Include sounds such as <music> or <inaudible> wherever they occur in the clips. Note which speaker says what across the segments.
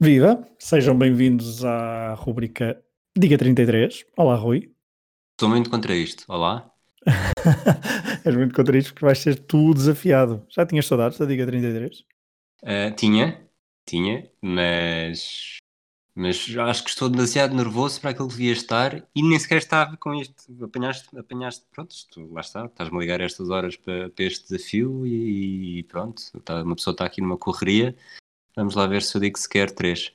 Speaker 1: Viva, sejam bem-vindos à rubrica Diga 33. Olá, Rui. <laughs>
Speaker 2: Estou muito contra isto. Olá.
Speaker 1: És muito contra isto porque vais ser tu desafiado. Já tinhas saudades da Diga 33?
Speaker 2: Ah, tinha, tinha, mas. Mas acho que estou demasiado nervoso para aquilo que devia estar e nem sequer estava com isto. Apanhaste, apanhaste, pronto, tu, lá está, estás-me a ligar a estas horas para, para este desafio e, e pronto, tá- uma pessoa está aqui numa correria. Vamos lá ver se eu digo sequer três.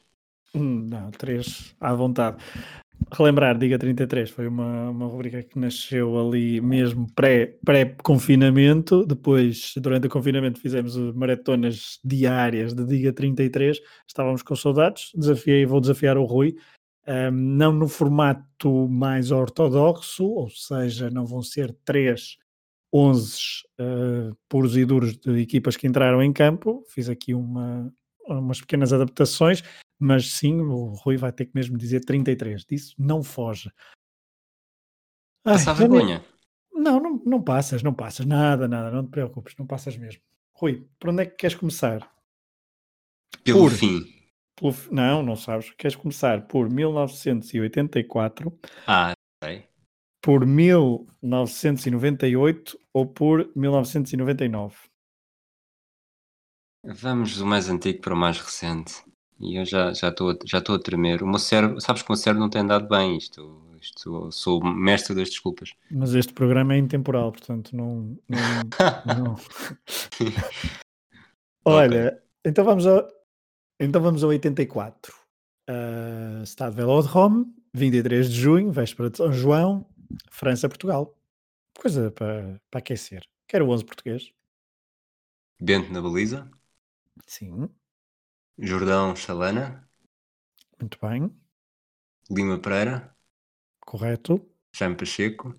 Speaker 1: Hum, Não, três à vontade. Relembrar, Diga 33 foi uma, uma rubrica que nasceu ali mesmo pré- pré-confinamento. Depois, durante o confinamento, fizemos uh, maratonas diárias de Diga 33. Estávamos com saudades. Desafiei, vou desafiar o Rui. ahm, não no formato mais ortodoxo, ou seja, não vão ser três 11 puros e duros de equipas que entraram em campo. Fiz aqui uma, umas pequenas adaptações mas sim, o Rui vai ter que mesmo dizer 33. Disso não foge. Ai,
Speaker 2: Passa a
Speaker 1: já nem-
Speaker 2: vergonha.
Speaker 1: Não, não, não passas, não passas. Nada, nada. Não te preocupes, não passas mesmo. Rui, por onde é que queres começar?
Speaker 2: Pelo
Speaker 1: Por.
Speaker 2: fim.
Speaker 1: Pelo f- Não, não sabes. Queres começar por 1984,
Speaker 2: Ah, sei.
Speaker 1: por 1998 ou por 1999?
Speaker 2: Vamos do mais antigo para o mais recente. E eu já já estou a- já estou a tremer. O meu cérebro, sabes que o meu cérebro não tem andado bem isto. Isto sou o mestre das desculpas.
Speaker 1: Mas este programa é intemporal, portanto, não. não- não. Olha, então vamos ao, então vamos ao 84. Uh, Estado Velodrome, 23 de junho, véspera de São João, França-Portugal. Coisa para, para aquecer. Quero o 11 português.
Speaker 2: Bento na baliza.
Speaker 1: Sim.
Speaker 2: Jordão Chalana.
Speaker 1: Muito bem.
Speaker 2: Lima Pereira.
Speaker 1: Correto.
Speaker 2: Jaime Pacheco.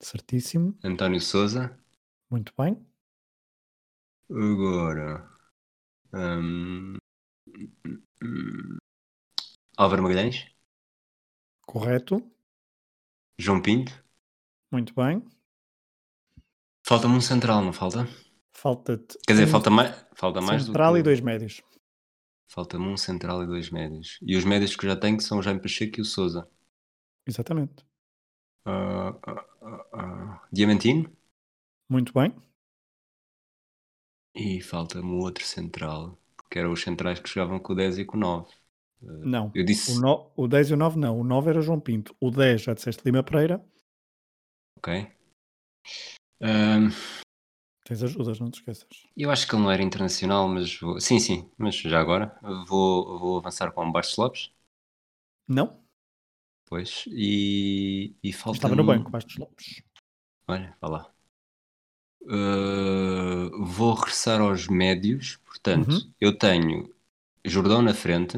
Speaker 1: Certíssimo.
Speaker 2: António Souza.
Speaker 1: Muito bem.
Speaker 2: Agora. hum, hum, Álvaro Magalhães.
Speaker 1: Correto.
Speaker 2: João Pinto.
Speaker 1: Muito bem.
Speaker 2: Falta-me um central, não falta?
Speaker 1: Falta-te.
Speaker 2: Quer dizer,
Speaker 1: um
Speaker 2: falta mais, falta mais do
Speaker 1: Central
Speaker 2: que-
Speaker 1: e dois médios.
Speaker 2: Falta-me um central e dois médios. E os médios que eu já tenho que são o Jaime Pacheco e o Souza.
Speaker 1: Exatamente.
Speaker 2: Ah, ah, ah, ah. Diamantino.
Speaker 1: Muito bem.
Speaker 2: E falta-me o outro central, que eram os centrais que jogavam com o 10 e com o 9.
Speaker 1: Não.
Speaker 2: Eh, Eu disse,
Speaker 1: O, no- o 10 e o 9 não. O 9 era João Pinto. O 10 já disseste Lima Pereira.
Speaker 2: ok. Ahm,
Speaker 1: Tens ajudas, não te esqueças.
Speaker 2: eu acho que ele não era internacional, mas vou... Sim, sim, mas já agora. Vou, vou avançar com o Bastos Lopes,
Speaker 1: Não?
Speaker 2: pois. E, e falta
Speaker 1: Estava no banco, Bastos Lopes.
Speaker 2: Olha, vá lá. Ah, vou regressar aos médios. Portanto,
Speaker 1: Uhum.
Speaker 2: eu tenho Jordão na frente,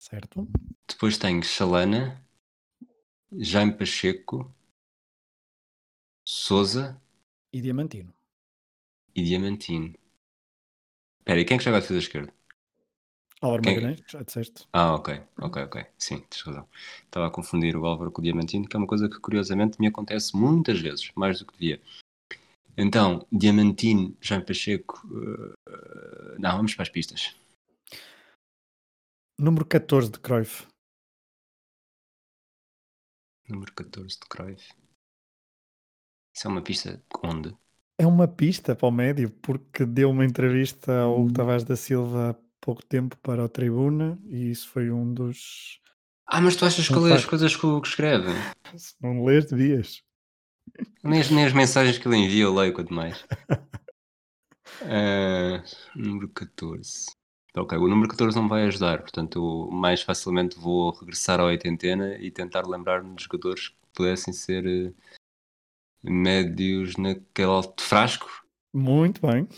Speaker 1: Certo?
Speaker 2: depois tenho Chalana, Jaime Pacheco, Souza
Speaker 1: E Diamantino.
Speaker 2: e Diamantino. Espera, e quem é que joga a defesa esquerda?
Speaker 1: Álvaro
Speaker 2: Quem- é
Speaker 1: Magalhães, já disseste.
Speaker 2: Ah, ok, ok, ok. Sim, tens razão. Estava a confundir o Álvaro com o Diamantino, que é uma coisa que curiosamente me acontece muitas vezes, mais do que devia. Então, Diamantino, Jaime Pacheco. eh, eh, não, vamos para as pistas.
Speaker 1: Número 14 de Cruyff.
Speaker 2: Número 14 de Cruyff. Isso é uma pista onde?
Speaker 1: É uma pista para o médio, porque deu uma entrevista ao
Speaker 2: Hum.
Speaker 1: Hugo Tavares da Silva há pouco tempo para a tribuna e isso foi um dos.
Speaker 2: Ah, mas tu achas que
Speaker 1: Um
Speaker 2: eu leio as
Speaker 1: facto.
Speaker 2: coisas que, o- que escreve?
Speaker 1: Se não lês, devias.
Speaker 2: Nem as, nem as mensagens que ele envia eu leio, quanto
Speaker 1: <laughs>
Speaker 2: mais. Ah, número 14. Ok, o número 14 não vai ajudar, portanto, eu mais facilmente vou regressar à oitentena e tentar lembrar-me de jogadores que pudessem ser eh, médios naquele alto frasco.
Speaker 1: Muito bem.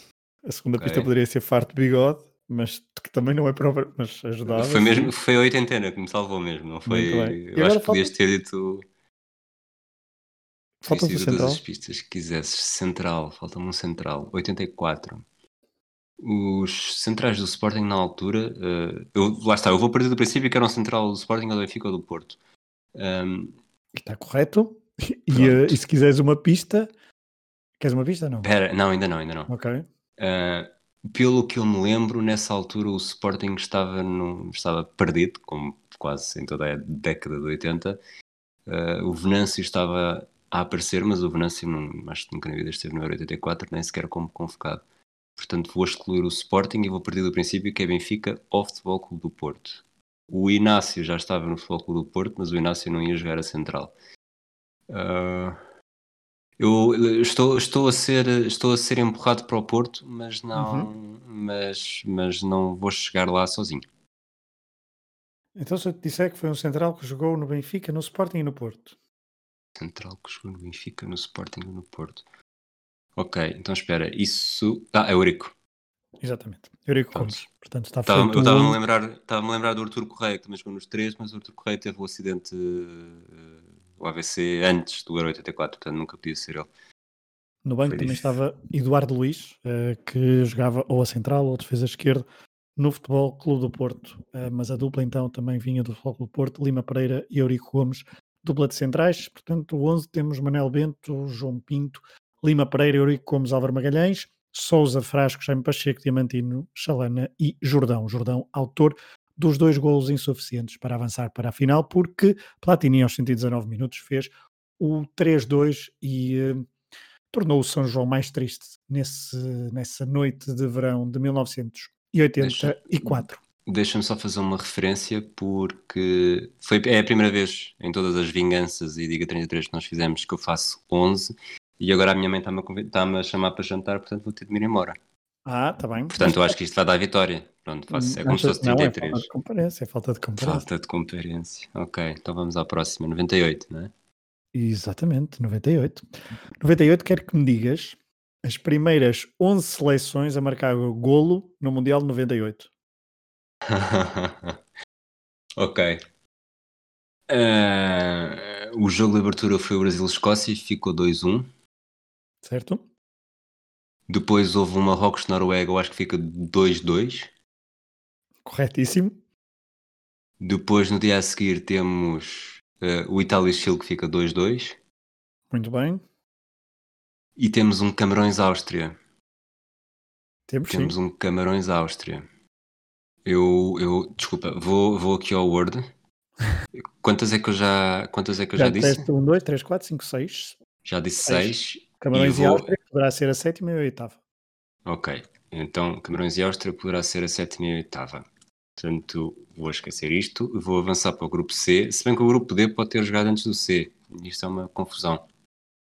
Speaker 1: A segunda
Speaker 2: Ok.
Speaker 1: pista poderia ser Farto Bigode, mas que também não é própria. Mas ajudava.
Speaker 2: Foi, mesmo, foi a oitentena que me salvou mesmo, não foi?
Speaker 1: Muito bem. E
Speaker 2: Eu acho
Speaker 1: agora
Speaker 2: que podias ter dito
Speaker 1: sim. Falta-nos o um
Speaker 2: Podia ser
Speaker 1: central.
Speaker 2: todas as pistas que quisesses. Central, falta-me um central. 84. Os centrais do Sporting na altura. eh, eu, lá está, eu vou partir do princípio que era um central do Sporting ou do Benfica ou do Porto. Ahm,
Speaker 1: Está tá correto. E,
Speaker 2: Pronto.
Speaker 1: eh, e se
Speaker 2: É.
Speaker 1: quiseres uma pista. Queres uma pista? Não.
Speaker 2: pera, não, ainda não, ainda não.
Speaker 1: Ok.
Speaker 2: Ah, pelo que eu me lembro, nessa altura o Sporting estava, no, estava perdido, como quase em toda a década de 80. Uh, o Venâncio estava a aparecer, mas o Venâncio não, acho que nunca na vida esteve no Euro 84, nem sequer como convocado. Portanto, vou excluir o Sporting e vou partir do princípio que é Benfica ou Futebol Clube do Porto. O Inácio já estava no Futebol Clube do Porto, mas o Inácio não ia jogar a central. Uh, eu eh, estou, estou, a ser, estou a ser empurrado para o Porto, mas não, uhum. mas, mas não vou chegar lá sozinho.
Speaker 1: Então, se eu te disser que foi um central que jogou no Benfica, no Sporting e no Porto.
Speaker 2: Central que jogou no Benfica, no Sporting e no Porto. Ok, então espera, isso. Ah, é Eurico.
Speaker 1: Exatamente, Eurico Gomes. Portanto, está
Speaker 2: estava,
Speaker 1: feito
Speaker 2: Eu estava-me
Speaker 1: um-
Speaker 2: a, lembrar- estava-me a lembrar do Arturo Correia, que também jogou nos três, mas o Arturo Correia teve o acidente, eh, o AVC, antes do Euro 84, portanto nunca podia ser ele.
Speaker 1: No banco
Speaker 2: Foi
Speaker 1: também
Speaker 2: isso.
Speaker 1: estava Eduardo Luiz, eh, que jogava ou a central ou a defesa esquerda no Futebol Clube do Porto. Eh, mas a dupla então também vinha do Futebol Clube do Porto, Lima Pereira e Eurico Gomes, dupla de centrais. Portanto, o 11 temos Manel Bento, João Pinto, Lima Pereira, Eurico Gomes, Álvaro Magalhães, Souza Frasco, Jaime Pacheco, Diamantino, Chalana e Jordão. Jordão, autor dos dois golos insuficientes para avançar para a final, porque Platini aos 119 minutos fez o 3-2 e... eh, tornou o São João mais triste nesse, nessa noite de verão de 1984.
Speaker 2: Deixa-me só fazer uma referência, porque foi, é a primeira vez em todas as vinganças e Diga 33 que nós fizemos que eu faço 11, e agora a minha mãe está-me a, convi- está-me a chamar para jantar, portanto vou ter de me ir embora.
Speaker 1: Ah, está bem.
Speaker 2: Portanto, eu acho que isto vai dar vitória. Pronto, faço, é como se fosse
Speaker 1: não, é
Speaker 2: 33.
Speaker 1: falta de comparência, é falta de comparência.
Speaker 2: Falta de competência. Ok, então vamos à próxima, 98, não é? <laughs>
Speaker 1: Exatamente, 98. 98 quero que me digas as primeiras 11 seleções a marcar golo no Mundial de 98.
Speaker 2: ok. Ah, o jogo de abertura foi o Brasil-Escócia e ficou 2-1.
Speaker 1: Certo?
Speaker 2: Depois houve um Marrocos-Noruega, eu acho que fica 2-2.
Speaker 1: Corretíssimo.
Speaker 2: Depois, no dia a seguir, temos ah, o Itália-Chile, que fica 2-2.
Speaker 1: Muito bem.
Speaker 2: E temos um Camarões-Áustria.
Speaker 1: Temos sim.
Speaker 2: Temos um Camarões-Áustria. Eu, eu, desculpa, vou, vou aqui ao
Speaker 1: <laughs>
Speaker 2: Word. Quantas é que eu já, quantas é que eu já, disse?
Speaker 1: disseste 1, 2, 3, 4, 5, 6.
Speaker 2: Já disse
Speaker 1: Seis.
Speaker 2: 6.
Speaker 1: Camarões
Speaker 2: E
Speaker 1: e
Speaker 2: vou-
Speaker 1: Áustria, que poderá ser a sétima e a oitava.
Speaker 2: Ok, então Camarões e Áustria poderá ser a sétima e a oitava. Portanto, vou esquecer isto, vou avançar para o grupo C, se bem que o grupo D pode ter jogado antes do C. Isto é uma confusão.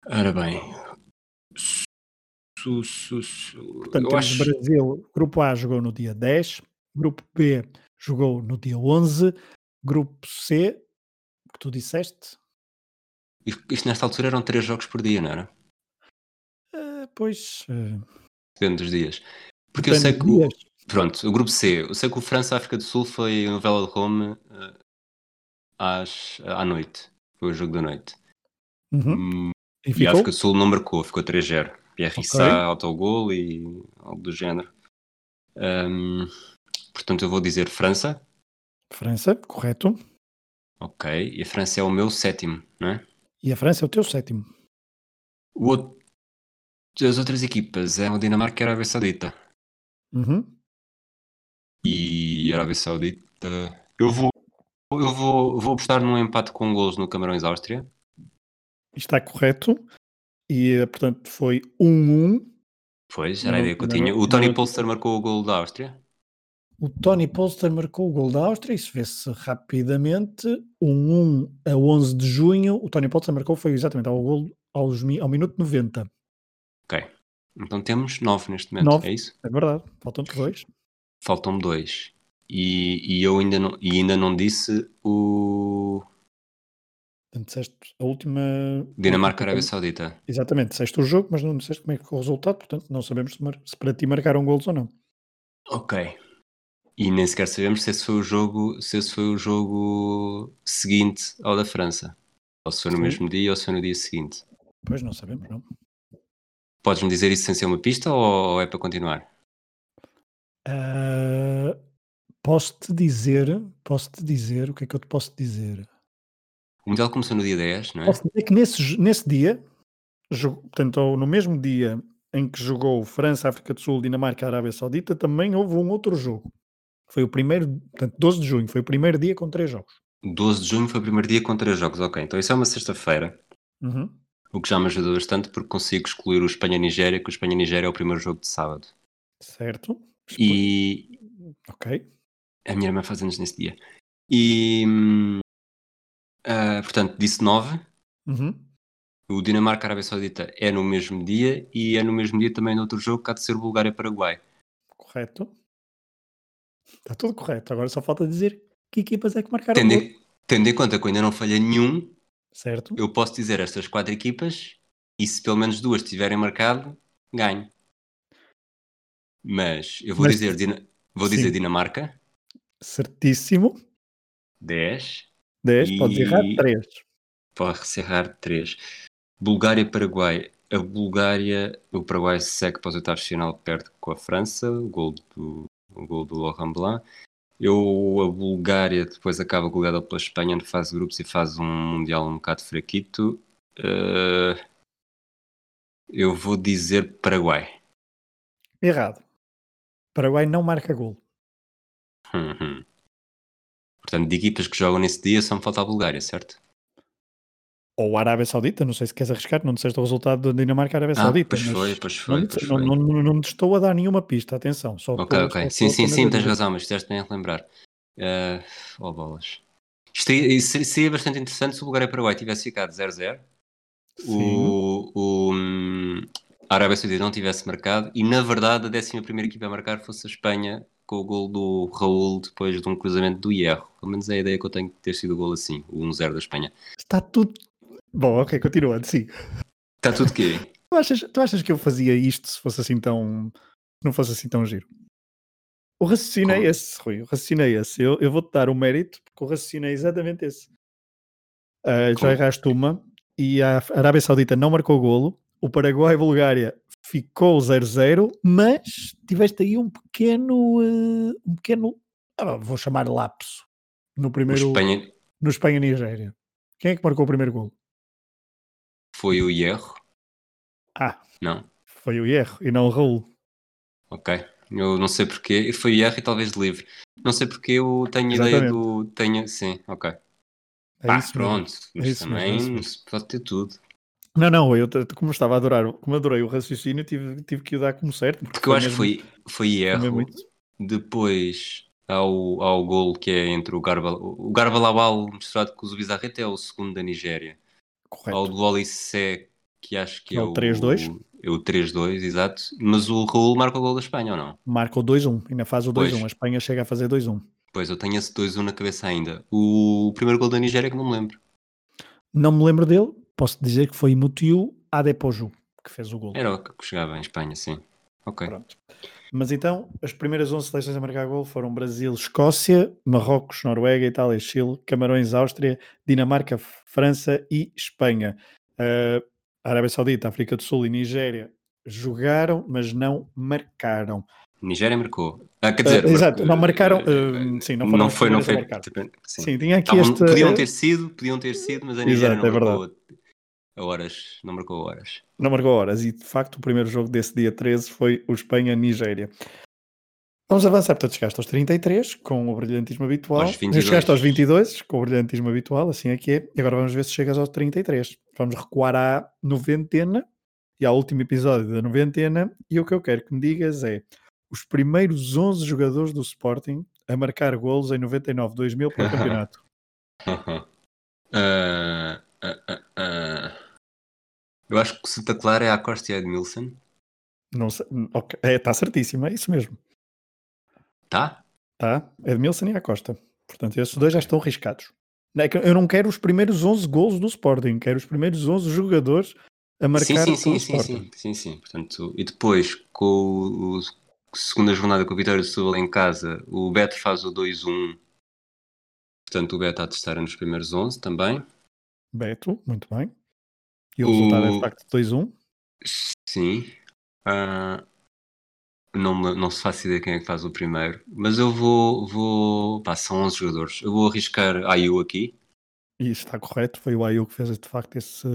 Speaker 2: Ora bem. Su, su, su-
Speaker 1: Portanto,
Speaker 2: eu
Speaker 1: temos
Speaker 2: acho-
Speaker 1: Brasil, grupo A jogou no dia 10, grupo B jogou no dia 11, grupo C, que tu disseste,
Speaker 2: Isto nesta altura eram 3 jogos por dia, não era?
Speaker 1: eh, pois, eh,
Speaker 2: Depende dos dias. Porque eu
Speaker 1: depende
Speaker 2: sei
Speaker 1: dos
Speaker 2: que. o-
Speaker 1: dias.
Speaker 2: Pronto, o grupo C. Eu sei que o França-África do Sul foi a novela de Rome eh, às, à noite. Foi o jogo da noite.
Speaker 1: Uhum.
Speaker 2: Hum,
Speaker 1: E
Speaker 2: E a
Speaker 1: ficou?
Speaker 2: África do Sul não marcou, ficou 3-0. Pierre
Speaker 1: Ok.
Speaker 2: Sá, autogol e algo do género. Ahm, portanto, eu vou dizer França.
Speaker 1: França, correto.
Speaker 2: Ok. E a França é o meu sétimo, não é?
Speaker 1: E a França é o teu sétimo.
Speaker 2: O outro- as outras equipas eram Dinamarca e Arábia Saudita.
Speaker 1: Uhum.
Speaker 2: E Arábia Saudita. Eu vou. Eu vou, vou apostar num empate com golos no Camarões-Áustria.
Speaker 1: Está correto. E, eh, portanto, foi 1-1.
Speaker 2: Pois, era
Speaker 1: Não,
Speaker 2: a ideia que eu
Speaker 1: não,
Speaker 2: tinha.
Speaker 1: não,
Speaker 2: O Tony
Speaker 1: não. é.
Speaker 2: Polster marcou o golo da Áustria.
Speaker 1: O Tony Polster marcou o gol da Áustria, isso vê-se rapidamente. Um 1 a 11 de junho, o Tony Polster marcou, foi exatamente ao gol aos, mi- ao minuto 90.
Speaker 2: Ok. Então temos 9 neste momento,
Speaker 1: Nove.
Speaker 2: é isso?
Speaker 1: É verdade, faltam-te dois.
Speaker 2: Faltam-me dois. E, e eu ainda não, e ainda não disse o
Speaker 1: Portanto, disseste a última.
Speaker 2: Dinamarca
Speaker 1: última-
Speaker 2: Arábia Saudita.
Speaker 1: Exatamente, disseste o jogo, mas não disseste como é que ficou o resultado, portanto não sabemos se, mar- se para ti marcaram golos ou não.
Speaker 2: Ok. E nem sequer sabemos se esse foi o jogo, se esse foi o jogo seguinte ao da França. Ou se foi no
Speaker 1: Sim.
Speaker 2: mesmo dia ou se foi no dia seguinte.
Speaker 1: Pois não sabemos, não.
Speaker 2: Podes-me dizer isso sem ser uma pista ou, ou é para continuar?
Speaker 1: Ah, posso-te dizer, posso-te dizer, o que é que eu te posso dizer?
Speaker 2: O Mundial começou no dia 10, não é?
Speaker 1: Posso dizer que nesse, jo- nesse dia, jo- portanto, ou no mesmo dia em que jogou França, África do Sul, Dinamarca, Arábia Saudita, também houve um outro jogo. Foi o primeiro, portanto, 12 de junho, foi o primeiro dia com três jogos.
Speaker 2: 12 de junho foi o primeiro dia com três jogos, ok. Então isso é uma sexta-feira,
Speaker 1: Uhum.
Speaker 2: o que já me ajuda bastante porque consigo excluir o Espanha-Nigéria, que o Espanha-Nigéria é o primeiro jogo de sábado.
Speaker 1: Certo?
Speaker 2: E,
Speaker 1: Ok.
Speaker 2: A minha irmã faz anos nesse dia. E. hum, ah, portanto, disse 9.
Speaker 1: Uhum.
Speaker 2: O Dinamarca Arábia Saudita é no mesmo dia e é no mesmo dia também no outro jogo que há de ser Bulgária-Paraguai.
Speaker 1: Correto. Está tudo correto. Agora só falta dizer que equipas é que marcaram.
Speaker 2: Tendo,
Speaker 1: o gol.
Speaker 2: em- tendo em conta que eu ainda não falhei nenhum,
Speaker 1: Certo?
Speaker 2: eu posso dizer estas quatro equipas e se pelo menos duas tiverem marcado, ganho. Mas eu vou
Speaker 1: Mas-
Speaker 2: dizer, Dina- vou
Speaker 1: Sim.
Speaker 2: dizer Dinamarca,
Speaker 1: Certíssimo.
Speaker 2: 10,
Speaker 1: 10, podes errar
Speaker 2: E-
Speaker 1: 3.
Speaker 2: para encerrar 3. Bulgária-Paraguai. A Bulgária, o Paraguai segue para os oitavos de final, perde com a França, o gol do, o gol do Laurent Blanc. Eu, a Bulgária depois acaba goleada pela Espanha na fase de grupos e faz um Mundial um bocado fraquito. Eh, eu vou dizer Paraguai.
Speaker 1: Errado. Paraguai não marca gol.
Speaker 2: Hum, hum. Portanto, de equipas que jogam nesse dia só me falta a Bulgária, certo?
Speaker 1: Ou a Arábia Saudita, não sei se queres arriscar, não disseste o resultado da Dinamarca Arábia
Speaker 2: Ah,
Speaker 1: É Saudita.
Speaker 2: pois
Speaker 1: mas
Speaker 2: foi, pois foi,
Speaker 1: não,
Speaker 2: pois
Speaker 1: te-
Speaker 2: foi.
Speaker 1: não, não- não te estou a dar nenhuma pista, atenção. Só
Speaker 2: Ok,
Speaker 1: estou-
Speaker 2: ok.
Speaker 1: só
Speaker 2: Sim,
Speaker 1: estou
Speaker 2: sim, sim,
Speaker 1: apenas a
Speaker 2: tens
Speaker 1: dizer.
Speaker 2: razão, mas fizeste bem a relembrar. Eh, oh, bolas. Isto ia- isso seria- seria bastante interessante se o Bulgária e o Paraguai tivesse ficado 0-0,
Speaker 1: Sim,
Speaker 2: o, o, hum, a Arábia Saudita não tivesse marcado e, na verdade, a 11 equipa a marcar fosse a Espanha com o gol do Raul depois de um cruzamento do Hierro. Pelo menos é a ideia que eu tenho de ter sido o gol assim, o 1-0 da Espanha.
Speaker 1: está tudo. Bom, ok, continuando, sim.
Speaker 2: Está tudo que
Speaker 1: Tu achas, tu achas que eu fazia isto se fosse assim tão. se não fosse assim tão giro? O raciocínio é
Speaker 2: Como?
Speaker 1: esse, Rui. O raciocínio é esse. Eu, eu vou-te dar o mérito, porque o raciocínio é exatamente esse. Ah, já
Speaker 2: Como?
Speaker 1: erraste uma e a Arábia Saudita não marcou golo. O Paraguai e Bulgária ficou 0-0, mas tiveste aí um pequeno. ah, um pequeno. ah, vou chamar lapso. No
Speaker 2: O
Speaker 1: primeiro.
Speaker 2: Espanha
Speaker 1: No Espanha-Nigéria. Quem é que marcou o primeiro golo?
Speaker 2: foi o Hierro?
Speaker 1: Ah,
Speaker 2: Não.
Speaker 1: foi o Hierro e não o Raul.
Speaker 2: Ok. Eu não sei porquê. Foi o Hierro e talvez de livre. Não sei porque eu tenho ideia
Speaker 1: Exatamente.
Speaker 2: do. Tenho... Sim, ok.
Speaker 1: É
Speaker 2: Pá,
Speaker 1: isso mesmo.
Speaker 2: pronto, mas
Speaker 1: isso mesmo, é
Speaker 2: também
Speaker 1: isso mesmo.
Speaker 2: se pode ter tudo.
Speaker 1: Não, não, eu t- como estava a adorar, o- como adorei o raciocínio, tive, tive que o dar como certo.
Speaker 2: Porque eu acho que foi, foi
Speaker 1: mesmo- foi
Speaker 2: erro.
Speaker 1: mesmo isso.
Speaker 2: Depois ao, ao gol que é entre o Garba, o Garba Lawal misturado com o Zubizarreta é o segundo da Nigéria. Ao
Speaker 1: Correto.
Speaker 2: do Olissé, que acho que
Speaker 1: É
Speaker 2: é
Speaker 1: o
Speaker 2: o
Speaker 1: 3-2.
Speaker 2: É o 3-2, exato. Mas o Raul marca o gol da Espanha ou não?
Speaker 1: Marca o 2-1, ainda faz o
Speaker 2: Pois.
Speaker 1: 2-1. A Espanha chega a fazer 2-1.
Speaker 2: Pois eu tenho esse 2-1 na cabeça ainda. O primeiro gol da Nigéria é que não me lembro.
Speaker 1: Não me lembro dele, posso dizer que foi Mutiu Adepoju que fez o gol.
Speaker 2: Era o que chegava em Espanha, sim. Ok.
Speaker 1: Pronto. Mas então, as primeiras 11 seleções a marcar gol foram Brasil, Escócia, Marrocos, Noruega, Itália, Chile, Camarões, Áustria, Dinamarca, França e Espanha. Ah, Arábia Saudita, África do Sul e Nigéria jogaram, mas não marcaram.
Speaker 2: Nigéria marcou. Ah, quer
Speaker 1: Ah,
Speaker 2: dizer, mar-
Speaker 1: exato, não marcaram.
Speaker 2: eh,
Speaker 1: ah, sim, não foram
Speaker 2: não
Speaker 1: as
Speaker 2: foi,
Speaker 1: primeiras
Speaker 2: não
Speaker 1: a
Speaker 2: foi.
Speaker 1: marcar.
Speaker 2: tipo, Sim.
Speaker 1: Sim, tinha aqui
Speaker 2: Estavam-
Speaker 1: esta.
Speaker 2: Podiam ter sido, podiam ter sido, mas a Nigéria
Speaker 1: Exato,
Speaker 2: não
Speaker 1: é verdade.
Speaker 2: marcou a horas. Não marcou a horas. <laughs>
Speaker 1: Não marcou horas. E de facto, o primeiro jogo desse dia 13 foi o Espanha-Nigéria. Vamos avançar, portanto, chegaste aos 33 com o brilhantismo habitual.
Speaker 2: Aos 22.
Speaker 1: Chegaste aos 22 com o brilhantismo habitual, assim é que é. E agora vamos ver se chegas aos 33. Vamos recuar à noventena e ao último episódio da noventena. E o que eu quero que me digas é os primeiros 11 jogadores do Sporting a marcar golos em 99-2000
Speaker 2: <laughs>
Speaker 1: pelo campeonato.
Speaker 2: Ah, ah, ah, ah. Eu acho que o Santa Clara é a Costa e a Edmilson.
Speaker 1: Não sei, hum, ok, está certíssimo, é isso mesmo.
Speaker 2: Tá?
Speaker 1: Tá? Edmilson e Acosta. Portanto, esses dois já estão arriscados. Não é que Eu não quero os primeiros 11 golos do Sporting, quero os primeiros 11 jogadores a
Speaker 2: Sim,
Speaker 1: marcar
Speaker 2: sim,
Speaker 1: pelo
Speaker 2: sim, sim,
Speaker 1: Sporting.
Speaker 2: sim, sim, sim. Portanto, e depois, com o, o- segunda jornada com a Vitória de Setúbal em casa, o Beto faz o 2-1. Portanto, o Beto há de estar nos primeiros 11 também.
Speaker 1: Beto, muito bem. E o,
Speaker 2: O-
Speaker 1: resultado é de facto 2-1.
Speaker 2: Sim. Ah, não, me- não se faço ideia quem é que faz o primeiro. Mas eu vou. vou pá, são 11 jogadores. Eu vou arriscar Ayu aqui.
Speaker 1: E está correto. Foi o Ayu que fez de facto esse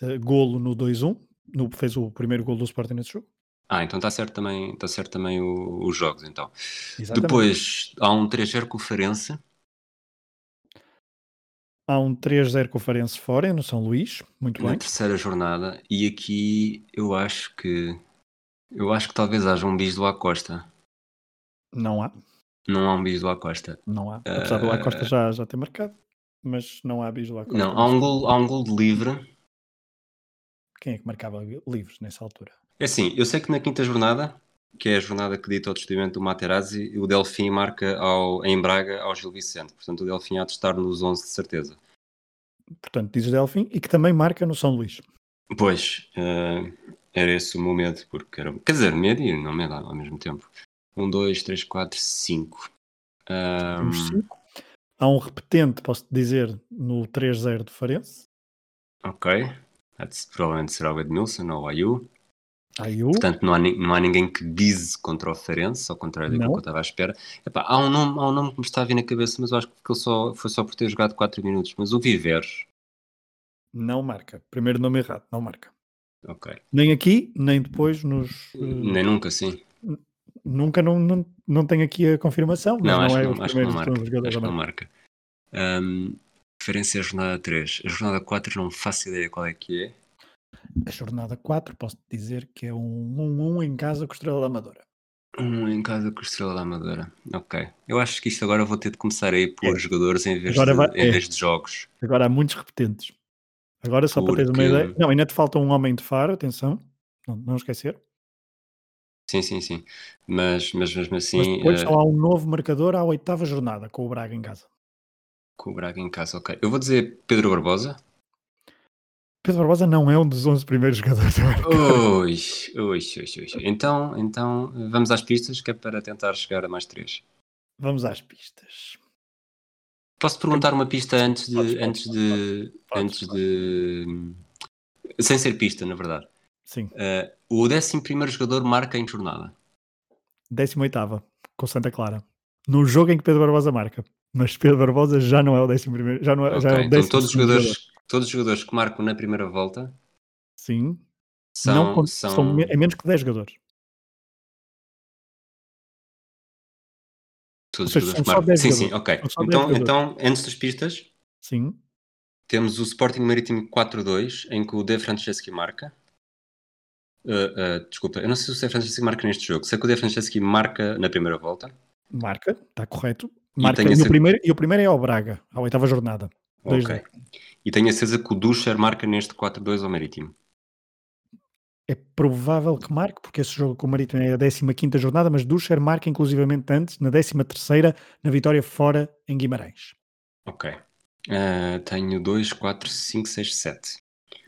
Speaker 1: eh, golo no 2-1. no- fez o primeiro gol do Sporting nesse jogo.
Speaker 2: Ah, então está certo também, tá certo também o- os jogos, então.
Speaker 1: Exatamente.
Speaker 2: Depois há um 3-0 com o Farense.
Speaker 1: Há um 3-0 com o Farense fora, no São Luís. Muito
Speaker 2: na
Speaker 1: bem.
Speaker 2: terceira jornada e aqui eu acho que eu acho que talvez haja um bis do Acosta.
Speaker 1: Não há.
Speaker 2: Não há um bis do Acosta.
Speaker 1: Não há. Apesar do Acosta já, já ter marcado. Mas não há bis do Acosta.
Speaker 2: Eh, Não, há um gol, há um gol de livre.
Speaker 1: Quem é que marcava livros nessa altura?
Speaker 2: É assim, eu sei que na quinta jornada, que é a jornada que dita o despedimento do Materazzi, o Delfim marca ao, em Braga ao Gil Vicente. Portanto, o Delfim há de estar nos 11 de certeza.
Speaker 1: Portanto, diz o Delfim. E que também marca no São Luís.
Speaker 2: Pois, eh, era esse o meu medo, porque era. Quer dizer, medo e não medo ao mesmo tempo. 1, 2, 3, 4, 5. Hum.
Speaker 1: Temos cinco. Há um repetente, posso dizer, no 3-0 do Farense.
Speaker 2: Ok. That's, provavelmente será o Edmilson ou o Ayu.
Speaker 1: Uh. Aí um, o
Speaker 2: Portanto, não há, ni- não há ninguém que bise contra o Farense, ao contrário daquilo
Speaker 1: Não.
Speaker 2: que eu estava à espera. Epá, há, um nome, há um nome que me está a vir na cabeça, mas eu acho que ele só, foi só por ter jogado 4 minutos. Mas o Viveres.
Speaker 1: não marca. Primeiro nome errado, não marca.
Speaker 2: Ok.
Speaker 1: Nem aqui, nem depois, nos. eh,
Speaker 2: Nem nunca, sim.
Speaker 1: Nunca não, não, não tenho aqui a confirmação, mas
Speaker 2: Não,
Speaker 1: não,
Speaker 2: acho,
Speaker 1: é
Speaker 2: que
Speaker 1: os
Speaker 2: não, acho que não
Speaker 1: primeiros
Speaker 2: marca.
Speaker 1: são os jogadores
Speaker 2: Acho
Speaker 1: a
Speaker 2: que não
Speaker 1: marcar.
Speaker 2: marca. Ahm, referência à jornada 3. A jornada 4 não faço ideia qual é que é.
Speaker 1: A jornada 4, posso dizer que é um 1-1 em casa com o Estrela da Amadora.
Speaker 2: Um em casa com o Estrela da Amadora. Ok. Eu acho que isto agora vou ter de começar aí por
Speaker 1: É.
Speaker 2: jogadores em vez,
Speaker 1: Agora
Speaker 2: de,
Speaker 1: vai-
Speaker 2: em
Speaker 1: é.
Speaker 2: vez de jogos.
Speaker 1: Agora há muitos repetentes. Agora, só para teres uma
Speaker 2: Porque-
Speaker 1: ideia. Não, ainda te falta um homem de faro, atenção. Não, não esquecer.
Speaker 2: Sim, sim, sim. Mas, mas mesmo
Speaker 1: Mas
Speaker 2: assim,
Speaker 1: depois
Speaker 2: eh,
Speaker 1: só há um novo marcador à oitava jornada com o Braga em casa.
Speaker 2: com o Braga em casa, ok. Eu vou dizer Pedro Barbosa.
Speaker 1: Pedro Barbosa não é um dos 11 primeiros <laughs> jogadores. a marcar.
Speaker 2: Ui, ui, ui, ui. Então, então, vamos às pistas, que é para tentar chegar a mais três.
Speaker 1: Vamos às pistas.
Speaker 2: Posso perguntar uma pista antes de.
Speaker 1: Podes, podes,
Speaker 2: antes de.
Speaker 1: podes,
Speaker 2: antes de. Sem ser pista, na verdade.
Speaker 1: Sim,
Speaker 2: Eh, o 11 primeiro jogador marca em jornada.
Speaker 1: 18 com Santa Clara. No jogo em que Pedro Barbosa marca. Mas Pedro Barbosa já não é o décimo primeiro. Já não é, já é
Speaker 2: Ok,
Speaker 1: o
Speaker 2: Então,
Speaker 1: décimo
Speaker 2: todos os,
Speaker 1: segundo
Speaker 2: jogadores,
Speaker 1: jogador.
Speaker 2: todos os jogadores que marcam na primeira volta
Speaker 1: Sim.
Speaker 2: são.
Speaker 1: não, con-
Speaker 2: são...
Speaker 1: são me- é menos que 10 jogadores.
Speaker 2: todos os
Speaker 1: ou seja, são
Speaker 2: jogadores que
Speaker 1: só
Speaker 2: marcam.
Speaker 1: 10
Speaker 2: Sim, sim, ok.
Speaker 1: São só 10
Speaker 2: Então,
Speaker 1: jogadores.
Speaker 2: então, antes das pistas.
Speaker 1: Sim.
Speaker 2: Temos o Sporting Marítimo 4-2, em que o De Franceschi marca. Uh, uh, desculpa, eu não sei se o De Franceschi marca neste jogo. Sei que o De Franceschi marca na primeira volta.
Speaker 1: Marca, está correto.
Speaker 2: E
Speaker 1: Marca,
Speaker 2: tenho
Speaker 1: e,
Speaker 2: esse-
Speaker 1: o primeiro, e o primeiro é ao Braga, à oitava jornada. Dois
Speaker 2: Ok.
Speaker 1: zero.
Speaker 2: E tenho a certeza que o Duscher marca neste 4-2 ao Marítimo.
Speaker 1: É provável que marque, porque esse jogo com o Marítimo é a 15 jornada, mas Duscher marca inclusivamente antes, na 13, na vitória fora em Guimarães.
Speaker 2: Ok. Uh, tenho 2, 4, 5, 6, 7.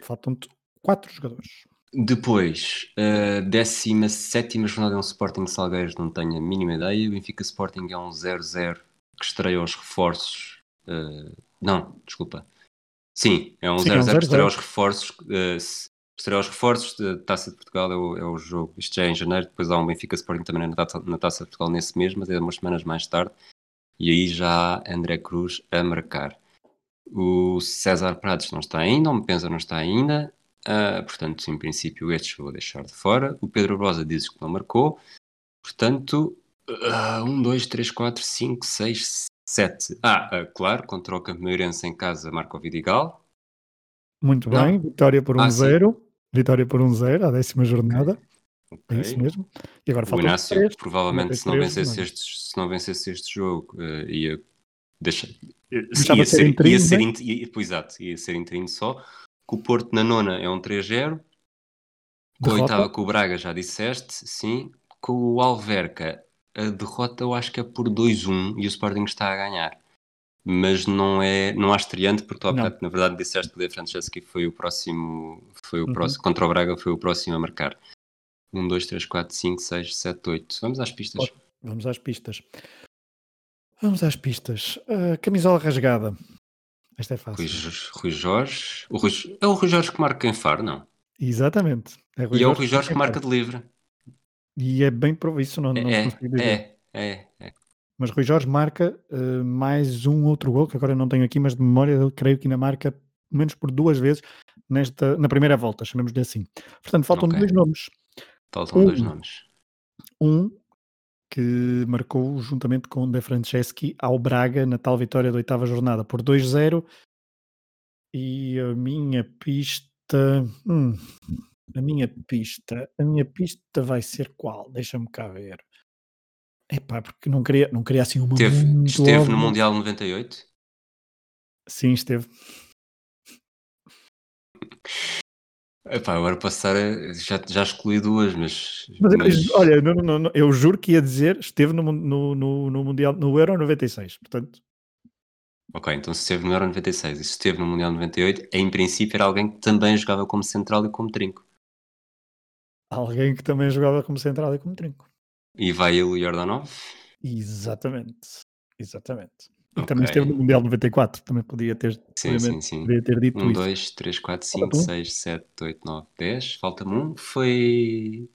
Speaker 1: Faltam-te 4 jogadores.
Speaker 2: Depois, uh, 17 jornada é um Sporting Salgueiros, não tenho a mínima ideia. O Benfica Sporting é um 0-0 que estreia aos reforços. uh, não, desculpa. Sim, é um
Speaker 1: Sim, é um
Speaker 2: 0-0 que estreia
Speaker 1: 0-0.
Speaker 2: aos reforços. Uh, se- estreia aos reforços da Taça de Portugal, é o, é o jogo. Isto já é em janeiro. Depois há um Benfica Sporting também na Taça, na Taça de Portugal nesse mês, mas é umas semanas mais tarde. E aí já há André Cruz a marcar. O César Prates não está ainda, o Mpensa não está ainda. ah, portanto, em princípio, estes vou deixar de fora. O Pedro Rosa diz que não marcou. Portanto, ah, 1, 2, 3, 4, 5, 6, 7. Ah, ah, claro, contra o Campineirense em casa, marca o Vidigal.
Speaker 1: Muito
Speaker 2: Não.
Speaker 1: bem, vitória por
Speaker 2: Ah,
Speaker 1: 1-0. vitória por 1-0, à décima jornada.
Speaker 2: Ok.
Speaker 1: É isso mesmo. E agora
Speaker 2: O
Speaker 1: faltam
Speaker 2: Inácio,
Speaker 1: 3. Faltam
Speaker 2: provavelmente, se não,
Speaker 1: três,
Speaker 2: vencesse
Speaker 1: não.
Speaker 2: este, se não vencesse este jogo, eh, ia deixar.
Speaker 1: Deixava
Speaker 2: ia
Speaker 1: de ser
Speaker 2: ser,
Speaker 1: interino,
Speaker 2: ia ser
Speaker 1: né?
Speaker 2: int- ia- pois, exato, ia ser interino só. Com o Porto na nona é um 3-0. Com a
Speaker 1: Derrota.
Speaker 2: oitava com então é o Braga, já disseste, sim. Com o Alverca, a derrota eu acho que é por 2-1 e o Sporting está a ganhar. Mas não é, não há estreante, porque tu há
Speaker 1: Não.
Speaker 2: bocado, na verdade, disseste que o De Franceschi foi o próximo, foi o
Speaker 1: Uhum.
Speaker 2: próximo, contra o Braga foi o próximo a marcar. 1, 2, 3, 4, 5, 6, 7, 8. Vamos às pistas.
Speaker 1: Pode. Vamos às pistas. Vamos às pistas. Ah, camisola rasgada. Esta é fácil.
Speaker 2: Rui, Jo- Rui Jorge. O Rui- é o Rui Jorge que marca em Faro, não?
Speaker 1: Exatamente. É
Speaker 2: e é o Rui Jorge que
Speaker 1: é
Speaker 2: marca
Speaker 1: claro.
Speaker 2: de livre.
Speaker 1: E é bem provisto, não, não
Speaker 2: É,
Speaker 1: consigo dizer.
Speaker 2: é, é, é.
Speaker 1: Mas Rui Jorge marca eh, mais um outro gol, que agora não tenho aqui, mas de memória eu creio que ainda marca menos por duas vezes nesta, na primeira volta, chamemos-lhe assim. Portanto, faltam
Speaker 2: Ok.
Speaker 1: dois nomes.
Speaker 2: Faltam dois
Speaker 1: Um.
Speaker 2: nomes.
Speaker 1: Um que marcou juntamente com De Franceschi ao Braga na tal vitória da oitava jornada por 2-0. E a minha pista. hum, a minha pista. A minha pista vai ser qual? Deixa-me cá ver. Epá, porque não queria, não queria assim uma
Speaker 2: Esteve,
Speaker 1: muito
Speaker 2: esteve no
Speaker 1: óbvia.
Speaker 2: Mundial 98.
Speaker 1: Sim, esteve.
Speaker 2: Epá, agora posso estar a- Já, já escolhi duas, mas.
Speaker 1: Mas,
Speaker 2: mas-
Speaker 1: olha, não, não, não, eu juro que ia dizer, esteve no, mun- no, no, no Mundial, no Euro 96, portanto,
Speaker 2: Ok, então se esteve no Euro 96 e se esteve no Mundial 98, em princípio era alguém que também jogava como central e como trinco.
Speaker 1: alguém que também jogava como central e como trinco.
Speaker 2: E vai ele e Jordanov.
Speaker 1: Exatamente, exatamente. E também
Speaker 2: Ok.
Speaker 1: esteve no Mundial 94, também podia ter,
Speaker 2: Sim, sim,
Speaker 1: Obviamente,
Speaker 2: sim.
Speaker 1: podia ter dito
Speaker 2: 1,
Speaker 1: isso.
Speaker 2: 2, 3, 4, 5,
Speaker 1: Falta-te um?
Speaker 2: 6, 7, 8, 9, 10. Falta-me um. Foi.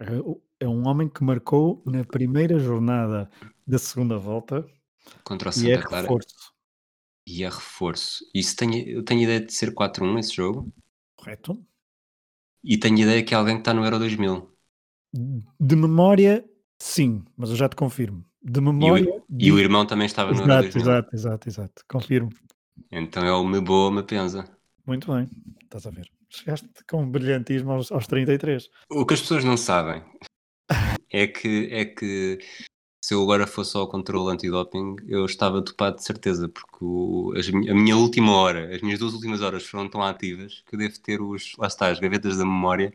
Speaker 1: É o- É um homem que marcou na primeira jornada da segunda volta
Speaker 2: Contra o
Speaker 1: e é
Speaker 2: Santa Clara.
Speaker 1: reforço,
Speaker 2: E é reforço. Isso tenho, eu tenho ideia de ser 4-1 esse jogo.
Speaker 1: correto?
Speaker 2: E tenho ideia que é alguém que está no Euro 2000.
Speaker 1: De memória, sim, mas eu já te confirmo. De memória,
Speaker 2: E o
Speaker 1: digo-
Speaker 2: irmão é? também estava no Euro
Speaker 1: Exato,
Speaker 2: 2000.
Speaker 1: exato, exato, exato. Confirmo.
Speaker 2: Então é o me boa, me pensa.
Speaker 1: Muito bem, estás a ver. Chegaste com brilhantismo aos, aos 33.
Speaker 2: O que as pessoas
Speaker 1: <laughs>
Speaker 2: não sabem é que, é que se eu agora fosse ao controle antidoping, eu estava topado de certeza, porque o- as mi- a minha última hora, as minhas duas últimas horas foram tão ativas que eu devo ter os, lá está, as gavetas da memória,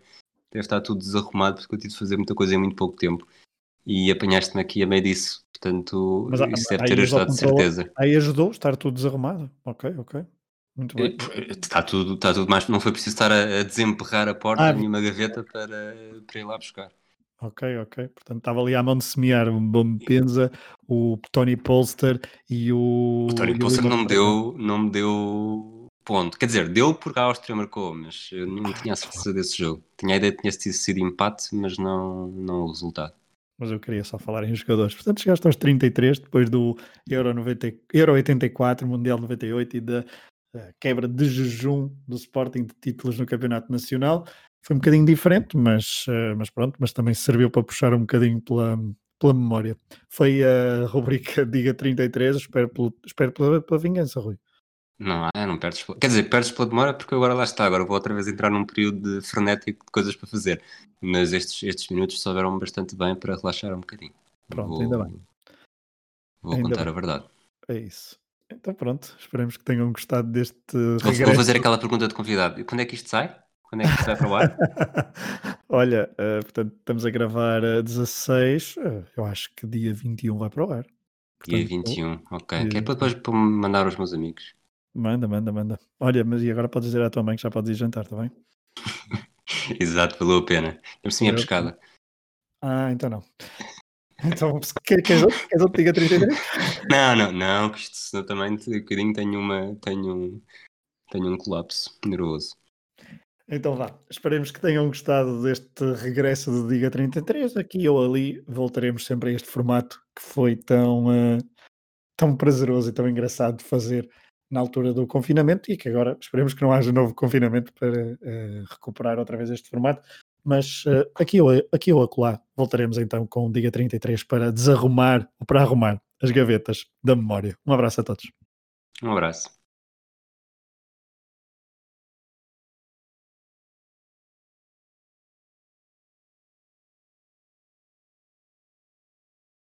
Speaker 2: deve estar tudo desarrumado porque eu tive de fazer muita coisa em muito pouco tempo. E apanhaste-me aqui a meio disso, portanto,
Speaker 1: Mas há-
Speaker 2: isso deve
Speaker 1: há
Speaker 2: ter
Speaker 1: ias ao
Speaker 2: ajudado de
Speaker 1: controle?
Speaker 2: certeza.
Speaker 1: Aí ajudou estar tudo desarrumado. Ok, ok. Muito bem.
Speaker 2: Eh, Está tudo, está tudo mais, não foi preciso estar a, a desemperrar a porta
Speaker 1: Ah,
Speaker 2: da minha gaveta para, para ir lá buscar. É.
Speaker 1: Ok, ok. Portanto, estava ali à mão de semear o Bom Penza, o Tony Polster e o.
Speaker 2: O
Speaker 1: e
Speaker 2: Tony
Speaker 1: o
Speaker 2: Poulsen
Speaker 1: Lima
Speaker 2: não me
Speaker 1: Pereira.
Speaker 2: deu, não me deu ponto. Quer dizer, deu porque a Áustria marcou, mas eu
Speaker 1: Ah,
Speaker 2: não
Speaker 1: é
Speaker 2: tinha a certeza desse jogo. Tinha a ideia que tinha sido- sido empate, mas não, não o resultado.
Speaker 1: Mas eu queria só falar em jogadores. Portanto, chegaste aos 33, depois do Euro, 90, Euro 84, Mundial 98 e da eh, quebra de jejum do Sporting de títulos no Campeonato Nacional. Foi um bocadinho diferente, mas, eh, mas pronto, mas também serviu para puxar um bocadinho pela, pela memória. Foi a rubrica <laughs> Diga 33, espero, pelo, espero pela, pela vingança, Rui.
Speaker 2: Não, ah, não perdes. pela- Quer dizer, perdes pela demora porque agora lá está. Agora vou outra vez entrar num período de frenético de coisas para fazer. Mas estes, estes minutos souberam bastante bem para relaxar um bocadinho.
Speaker 1: Pronto, ainda bem.
Speaker 2: Vou
Speaker 1: Ainda
Speaker 2: contar
Speaker 1: bem.
Speaker 2: a verdade.
Speaker 1: É isso. Então pronto, esperemos que tenham gostado deste
Speaker 2: Vou,
Speaker 1: regresso.
Speaker 2: vou fazer aquela pergunta de convidado. E Quando é que isto sai? Quando é que isto vai para
Speaker 1: <laughs>
Speaker 2: o ar?
Speaker 1: Olha, eh, portanto, estamos a gravar a 16, eh, eu acho que dia 21 vai para o ar.
Speaker 2: Dia
Speaker 1: Portanto,
Speaker 2: 21. Ok.
Speaker 1: dia um.
Speaker 2: que é para depois para me mandar aos meus amigos.
Speaker 1: Manda, manda, manda. Olha, mas e agora podes dizer à tua mãe que já podes ir jantar, está bem?
Speaker 2: <laughs> Exato, valeu a pena. Eu sim a
Speaker 1: Eu-
Speaker 2: pescada.
Speaker 1: Ah, então não. <laughs> Então, se quer- queres outro? Queres outro? Diga 33?
Speaker 2: Não, não, não, que isto senão também de bocadinho tenho uma. tenho um. tenho um colapso nervoso.
Speaker 1: Então vá, esperemos que tenham gostado deste regresso do Diga 33. Aqui ou ali voltaremos sempre a este formato que foi tão, eh, tão prazeroso e tão engraçado de fazer na altura do confinamento e que agora esperemos que não haja novo confinamento para eh, recuperar outra vez este formato. Mas eh, aqui, ou, aqui ou acolá voltaremos então com o Diga 33 para desarrumar ou para arrumar as gavetas da memória. Um abraço a todos.
Speaker 2: Um abraço.